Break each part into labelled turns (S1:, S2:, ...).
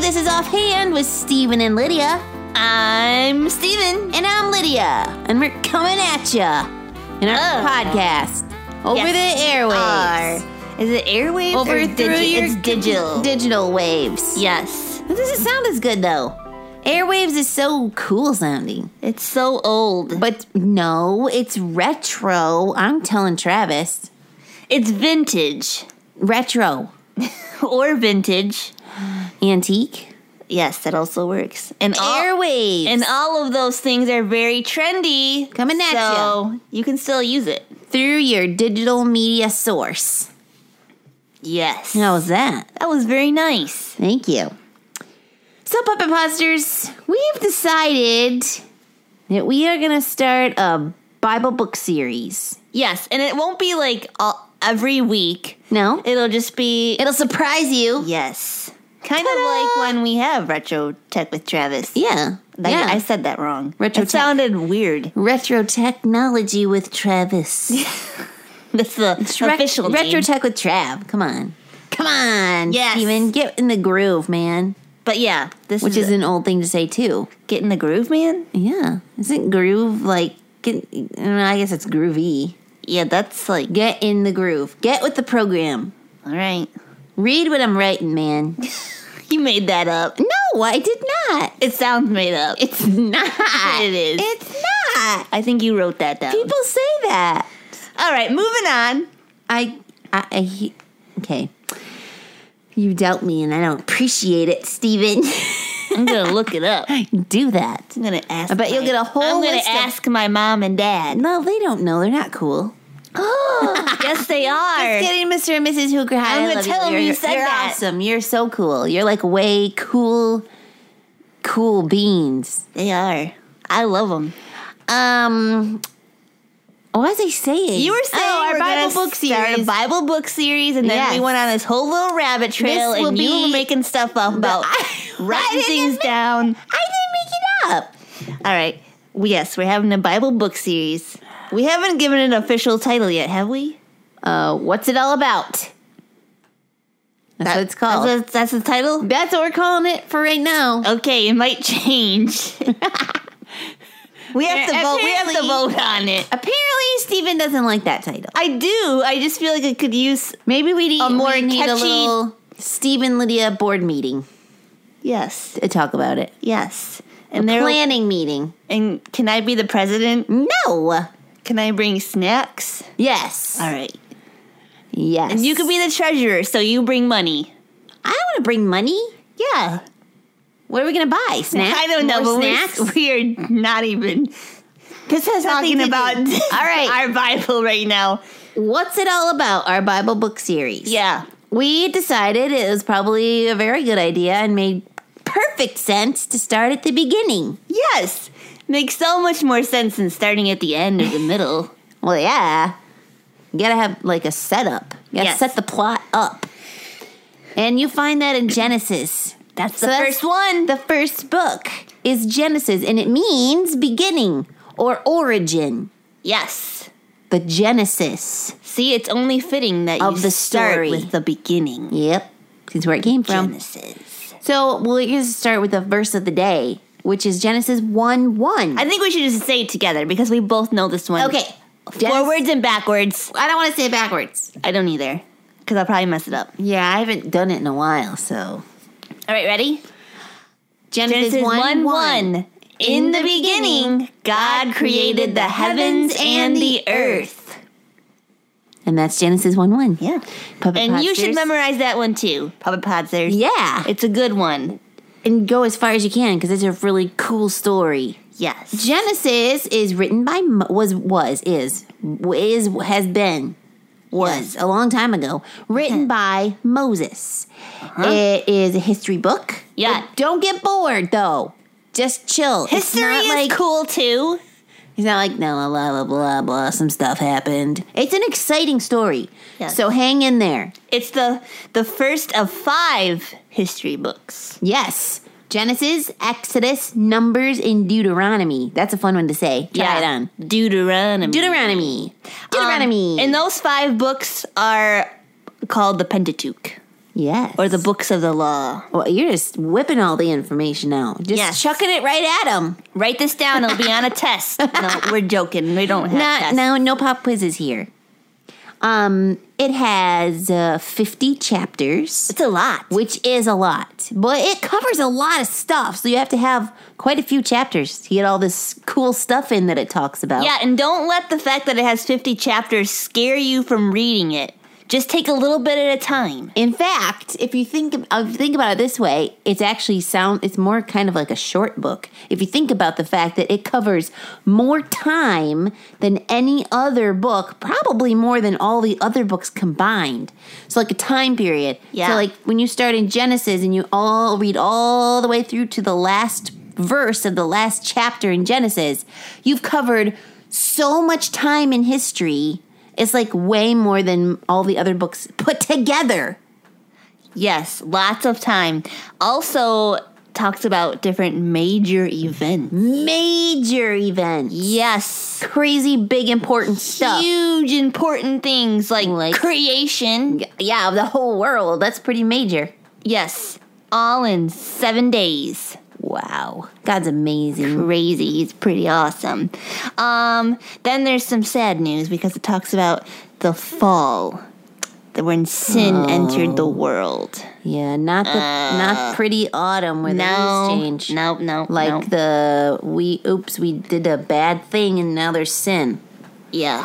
S1: this is Offhand with Steven and Lydia. I'm Steven. And I'm Lydia. And we're coming at ya in our
S2: Oh.
S1: podcast over
S2: Yes,
S1: the airwaves.
S2: Is it airwaves
S1: Over
S2: or
S1: through
S2: digi-
S1: your
S2: it's digital?
S1: digital waves.
S2: yes.
S1: It doesn't sound as good though. Airwaves is so cool sounding.
S2: It's so old.
S1: But no, it's retro. I'm telling Travis.
S2: It's vintage
S1: Retro.
S2: or vintage.
S1: Antique.
S2: Yes, that also works. And all,
S1: Airwaves.
S2: Oh, and all of those things are very trendy.
S1: Coming at
S2: so you can still use it.
S1: through your digital media source.
S2: Yes.
S1: How was that?
S2: That was very nice.
S1: Thank you. So, Puppet Posters, we've decided that we are going to start a Bible book series.
S2: Yes, and it won't be like all, every week.
S1: No?
S2: It'll just be
S1: It'll surprise you.
S2: yes, kind
S1: Ta-da!
S2: of like when we have retro tech with Travis.
S1: Yeah.
S2: Like,
S1: yeah.
S2: I said that wrong.
S1: Retro
S2: it
S1: tech.
S2: sounded weird.
S1: Retro technology with Travis.
S2: That's the official
S1: Retro
S2: name.
S1: tech with Trav. Come on. Come on.
S2: Yes.
S1: Steven, get in the groove, man.
S2: but yeah, this
S1: Which
S2: is,
S1: is an old thing to say, too.
S2: get in the groove, man.
S1: Yeah. Isn't groove like. Get, I, mean, I guess it's groovy.
S2: Yeah, that's like
S1: Get in the groove. Get with the program.
S2: all right.
S1: Read what I'm writing, man.
S2: You made that up.
S1: No, I did not.
S2: It sounds made up.
S1: It's not.
S2: It is.
S1: It's not.
S2: I think you wrote that down.
S1: People say that.
S2: all right, moving on.
S1: I, I, I he- okay. You doubt me, and I don't appreciate it, Steven.
S2: I'm gonna look it up. I'm
S1: Do that.
S2: gonna ask.
S1: I bet you'll
S2: my-
S1: get a whole
S2: I'm gonna
S1: list of-
S2: ask my mom and dad.
S1: No, they don't know. They're not cool.
S2: yes, they are.
S1: Just kidding, Mr. and Mrs. Hooker. Hi, I
S2: I'm gonna
S1: love
S2: tell 'em
S1: you
S2: you
S1: You're-
S2: said
S1: you're
S2: that.
S1: awesome. You're so cool. You're like way cool, cool beans.
S2: They are. I love them.
S1: Um, what was I saying?
S2: You were saying
S1: oh, our
S2: we're
S1: Bible
S2: gonna
S1: book
S2: start
S1: series.
S2: a Bible book series, and then
S1: Yes.
S2: we went on this whole little rabbit trail,
S1: will
S2: and you
S1: be
S2: were making stuff up about
S1: I- I
S2: writing
S1: didn't
S2: things
S1: make-
S2: down.
S1: I didn't make it up.
S2: All right. Well, Yes, we're having a Bible book series. We haven't given it an official title yet, have we?
S1: Uh, what's it all about? That's what it's called. That's
S2: That's, what, that's the title?
S1: what, we're calling it for right now.
S2: Okay, it might change. we have to vote. We have to
S1: Apparently-
S2: vote on it.
S1: Apparently, Steven doesn't like that title.
S2: I do. I just feel like I could use.
S1: Maybe we need
S2: A more
S1: we need a
S2: catchy-
S1: little Steven Lydia board meeting
S2: Yes.
S1: to talk about it.
S2: Yes. And
S1: a
S2: there.
S1: planning meeting.
S2: And can I be the president?
S1: No.
S2: Can I bring snacks?
S1: Yes.
S2: All right.
S1: Yes.
S2: And you could be the treasurer, so you bring money.
S1: I don't want to bring money.
S2: Yeah.
S1: What are we gonna buy? Snacks.
S2: I don't know,
S1: More
S2: but
S1: snacks.
S2: snacks? we are not even. This is
S1: nothing
S2: talking
S1: to
S2: about
S1: do. All right.
S2: our Bible right now.
S1: What's it all about? Our Bible book series.
S2: Yeah.
S1: We decided it was probably a very good idea and made perfect sense to start at the beginning.
S2: Yes. Makes so much more sense than starting at the end or the middle.
S1: Well, yeah. You gotta have like a setup. You gotta
S2: Yes.
S1: set the plot up. And you find that in Genesis.
S2: That's
S1: So that's
S2: one.
S1: The first book is Genesis, and it means beginning or origin.
S2: yes.
S1: The Genesis.
S2: See, it's only fitting that
S1: Of
S2: you
S1: the
S2: start
S1: story.
S2: with the beginning.
S1: Yep. This is where it came from.
S2: Genesis.
S1: So we'll just start with the verse of the day, which is Genesis 1 1.
S2: I think we should just say it together because we both know this one.
S1: okay. Genesis-
S2: Forwards and backwards.
S1: I don't want to say it backwards.
S2: I don't either because I'll probably mess it up.
S1: Yeah, I haven't done it in a while, so.
S2: All right, ready?
S1: Genesis, 1 1.
S2: In the beginning, God created the heavens and the earth.
S1: And that's Genesis 1 1.
S2: Yeah.
S1: Puppet
S2: And you should
S1: Podsters.
S2: memorize that one too, Puppet Podsters.
S1: Yeah.
S2: It's a good one.
S1: And go as far as you can because it's a really cool story.
S2: Yes.
S1: Genesis is written by, Mo- was, was, is, is, has been, was a long time ago, written by Moses. It is a history book.
S2: Uh-huh. Yeah.
S1: But don't get bored though. Just chill. It's
S2: History
S1: not
S2: is
S1: like,
S2: cool too.
S1: It's not like no, blah blah blah blah. Some stuff happened. It's an exciting story.
S2: Yes.
S1: So hang in there.
S2: It's the the first of five history books.
S1: Yes. Genesis, Exodus, Numbers, and Deuteronomy. That's a fun one to say. Try it on.
S2: Deuteronomy.
S1: Deuteronomy.
S2: Um,
S1: Deuteronomy.
S2: and those five books are called the Pentateuch.
S1: Yes.
S2: or the books of the law.
S1: Well, you're just whipping all the information out. Just
S2: Yes.
S1: chucking it right at them.
S2: Write this down. It'll be on a test. No, we're joking. We don't have
S1: Not,
S2: tests.
S1: no, no pop quizzes here. Um, it has uh, 50 chapters,
S2: It's a lot.
S1: which is a lot, but it covers a lot of stuff. So you have to have quite a few chapters to get all this cool stuff in that it talks about.
S2: Yeah, and don't let the fact that it has 50 chapters scare you from reading it. Just take a little bit at a time.
S1: In fact, if you think of, if you think about it this way, it's actually sound. It's more kind of like a short book. If you think about the fact that it covers more time than any other book, probably more than all the other books combined. So like a time period.
S2: Yeah.
S1: So like when you start in Genesis and you all read all the way through to the last verse of the last chapter in Genesis, you've covered so much time in history. It's like way more than all the other books put together.
S2: Yes, lots of time. Also talks about different major events.
S1: major events.
S2: Yes.
S1: Crazy big important stuff.
S2: Huge important things like,
S1: Like-
S2: creation.
S1: Yeah, of the whole world. That's pretty major.
S2: Yes. All in 7 days.
S1: Wow. God's amazing.
S2: Crazy. He's pretty awesome. Um then there's some sad news because it talks about the fall. That when
S1: Oh.
S2: sin entered the world.
S1: Yeah, not the not pretty autumn where
S2: Uh, No,
S1: the leaves change.
S2: no, no, no.
S1: Like the we oops, we did a bad thing and now there's sin.
S2: yeah.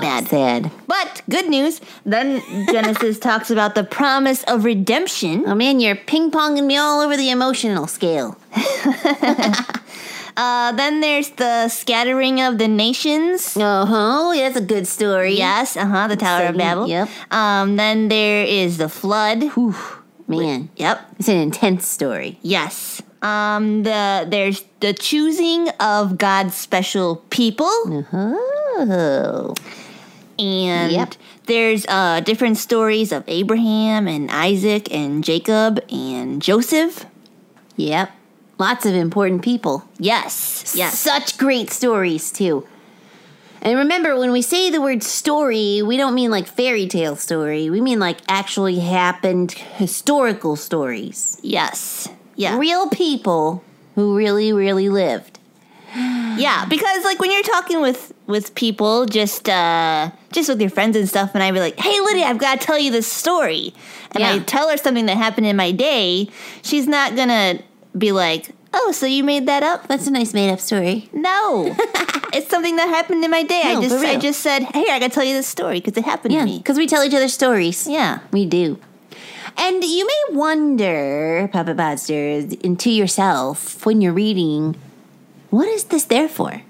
S1: Bad sad.
S2: But good news. Then Genesis talks about the promise of redemption.
S1: Oh man, you're ping ponging me all over the emotional scale.
S2: Uh, then there's the scattering of the nations.
S1: Uh huh. That's a good story.
S2: Yes, uh huh. The Tower of
S1: Exciting,
S2: Babel.
S1: yep.
S2: Um, then there is the flood.
S1: Man.
S2: Yep.
S1: It's an intense story.
S2: Yes. Um, the there's the choosing of God's special people,
S1: Mm. Uh-huh. Oh.
S2: and
S1: Yep.
S2: there's uh different stories of Abraham and Isaac and Jacob and Joseph.
S1: Yep. Lots of important people.
S2: Yes. Yes.
S1: Such great stories, too. And remember, when we say the word story, we don't mean like fairy tale story. We mean like actually happened historical stories.
S2: Yes. Yeah.
S1: Real people who really, really lived.
S2: Yeah, because like when you're talking with with people, just uh just with your friends and stuff, and I'd be like, "Hey, Lydia, I've got to tell you this story," and I
S1: Yeah.
S2: tell her something that happened in my day. She's not gonna be like, "Oh, so you made that up?"
S1: That's a nice made up story.
S2: No, it's something that happened in my day.
S1: No,
S2: I just
S1: for
S2: I
S1: real.
S2: just said, "Hey, I got to tell you this story because it happened
S1: Yeah,
S2: to me."
S1: because we tell each other stories.
S2: Yeah.
S1: We do. And you may wonder, Puppet Monsters, and to yourself when you're reading, what is this there for?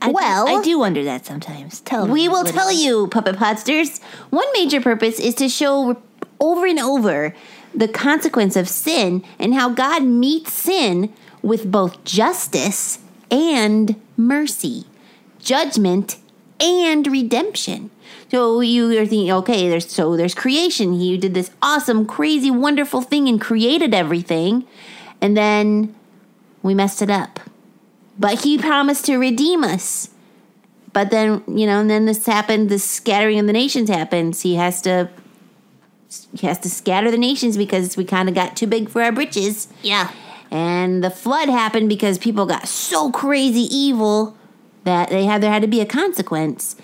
S2: I do-
S1: Well-
S2: I do wonder that sometimes. Tell
S1: We
S2: me,
S1: will
S2: Lydia.
S1: tell you, Puppet Podsters. One major purpose is to show re- over and over the consequence of sin and how God meets sin with both justice and mercy, judgment and redemption. So you are thinking, okay, there's so there's creation. He did this awesome, crazy, wonderful thing and created everything, and then we messed it up. But he promised to redeem us. But then, you know, and then this happened, this scattering of the nations happens. He has to he has to scatter the nations because we kind of got too big for our britches.
S2: Yeah.
S1: And the flood happened because people got so crazy evil that they had there had to be a consequence.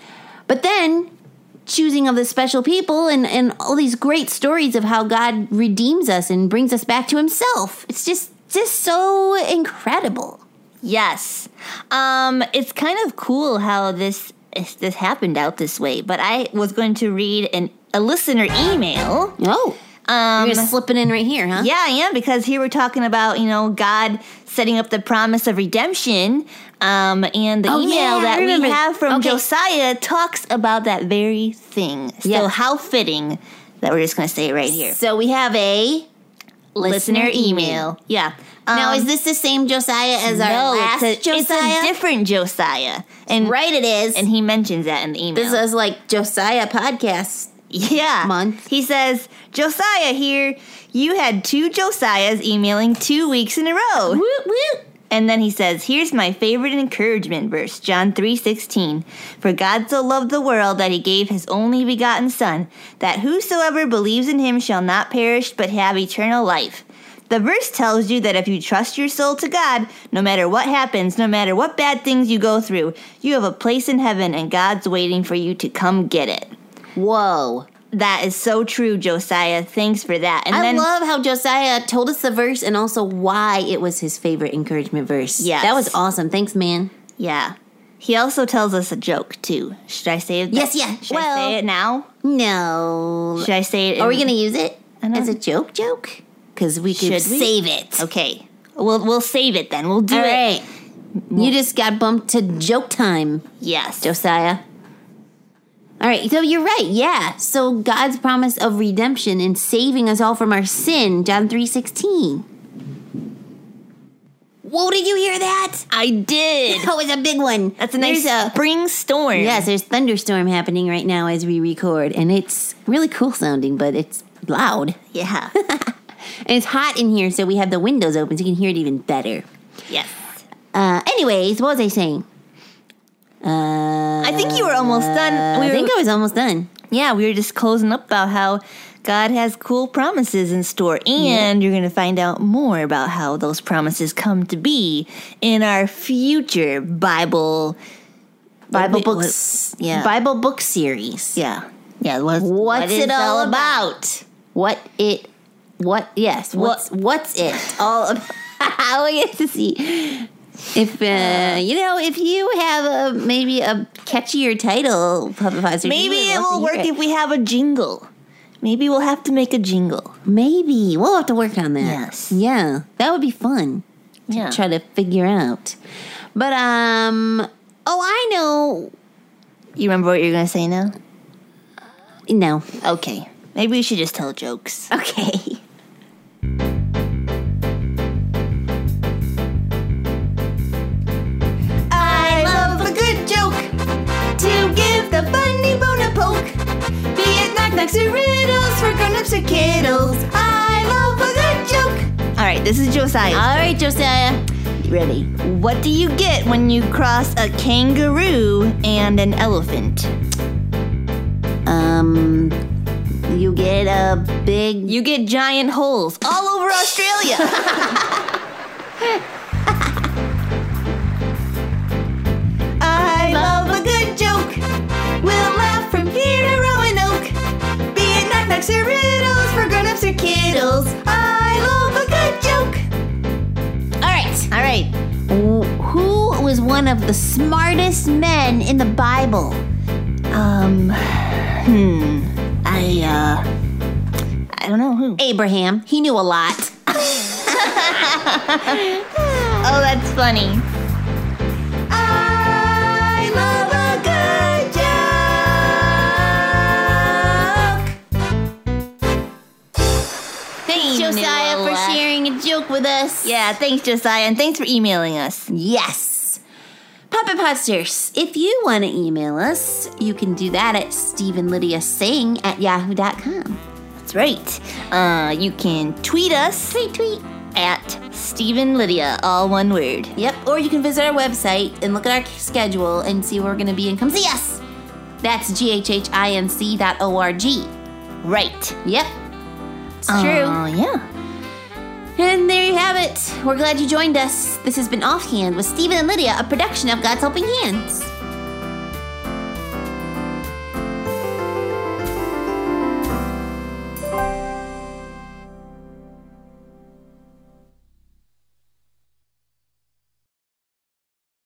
S1: But then choosing of the special people and, and all these great stories of how God redeems us and brings us back to himself. It's just just so incredible.
S2: Yes. Um, it's kind of cool how this this happened out this way, but I was going to read an a listener email.
S1: Oh.
S2: Um,
S1: You're just slipping in right here, huh?
S2: yeah, I am because here we're talking about you know God setting up the promise of redemption, um, and the
S1: Oh,
S2: email
S1: yeah, I
S2: that we
S1: remember.
S2: have from
S1: Okay.
S2: Josiah talks about that very thing. So
S1: Yeah.
S2: how fitting that we're just going to say it right here.
S1: So we have a listener email.
S2: Yeah.
S1: Now,
S2: Um,
S1: is this the same Josiah as our
S2: no,
S1: last
S2: it's a,
S1: Josiah?
S2: it's a different Josiah, and
S1: right, it is.
S2: and he mentions that in the email.
S1: this is like Josiah podcast.
S2: Yeah.
S1: month.
S2: He says, Josiah here. You had two Josiahs emailing two weeks in a row.
S1: Woo, woo.
S2: And then he says, "Here's my favorite encouragement verse, John 3:16. For God so loved the world that he gave his only begotten son, that whosoever believes in him shall not perish but have eternal life." The verse tells you that if you trust your soul to God, no matter what happens, no matter what bad things you go through, you have a place in heaven and God's waiting for you to come get it.
S1: Whoa.
S2: That is so true, Josiah. Thanks for that. And
S1: I
S2: then
S1: love how Josiah told us the verse and also why it was his favorite encouragement verse.
S2: Yes.
S1: That was awesome. Thanks, man.
S2: yeah. He also tells us a joke too. Should I say it?
S1: Yes, yeah.
S2: Should
S1: Well-
S2: I say it now?
S1: No.
S2: Should I say it?
S1: Are we
S2: in-
S1: going to use it
S2: I don't-
S1: as a joke joke? Because we could
S2: Should we?
S1: save it.
S2: Okay. We'll we'll save it then. We'll do
S1: All
S2: it.
S1: right. You just got bumped to joke time,
S2: Yes.
S1: Josiah. All right, so you're right. Yeah. So God's promise of redemption and saving us all from our sin, John 3:16. Whoa, did you hear that?
S2: I did.
S1: Oh, it's a big one.
S2: That's a nice uh,
S1: There's a-
S2: spring storm.
S1: yes, there's thunderstorm happening right now as we record, and it's really cool sounding, but it's loud.
S2: Yeah.
S1: And it's hot in here, so we have the windows open so you can hear it even better.
S2: yes.
S1: Uh, anyways, what was I saying?
S2: I think you were almost done. We
S1: I
S2: were,
S1: think I was almost done.
S2: yeah, we were just closing up about how God has cool promises in store, and you're going to find out more about how those promises come to be in our future Bible
S1: Bible
S2: Wait, what-
S1: books,
S2: yeah.
S1: Bible book series.
S2: Yeah. Yeah. What's,
S1: What's it all
S2: about?
S1: What it? What? Yes. What's what's it all about? we get to see if uh, you know if you have a maybe a catchier title, Puppet Podster, you
S2: Maybe
S1: would
S2: it
S1: love to
S2: will work
S1: hear it.
S2: if we have a jingle. Maybe we'll have to make a jingle.
S1: Maybe we'll have to work on that.
S2: Yes.
S1: Yeah, that would be fun.
S2: Yeah.
S1: try to figure out. But um oh I know
S2: You remember what you're going to say now?
S1: no.
S2: Okay. Maybe we should just tell jokes.
S1: Okay.
S2: I love a good joke to give the funny bone a poke. Be it knock knocks or riddles for grown ups or kiddles. I love a good joke. All right, this is Josiah.
S1: All right, Josiah. Ready.
S2: What do you get when you cross a kangaroo and an elephant?
S1: Um you get a big
S2: You get giant holes all over Australia. I love a good joke. We'll laugh from here to Roanoke. Be it knock knocks or riddles for grown ups or kiddles. I love a good
S1: All
S2: joke.
S1: right.
S2: All right.
S1: Who was one of the smartest men in the Bible?
S2: Um, hmm. I, uh, I don't know who.
S1: Abraham. He knew a lot.
S2: Oh, that's funny. I love a good joke.
S1: Thanks,
S2: He knew
S1: Josiah,
S2: a
S1: for
S2: lot.
S1: sharing a joke with us.
S2: Yeah, thanks, Josiah, and thanks for emailing us.
S1: Yes. Puppet Podsters, if you want to email us, you can do that at StephenLydiaSing at yahoo.com.
S2: That's right. Uh, you can tweet us. Tweet, tweet. At Stephen Lydia, all one word.
S1: Yep, or you can visit our website and look at our schedule and see where we're going to be and come see us. That's ghhinc dot O-R-G.
S2: Right.
S1: Yep, it's
S2: Oh,
S1: true.
S2: yeah.
S1: And there you have it. We're glad you joined us. This has been Offhand with Stephen and Lydia, a production of God's Helping Hands.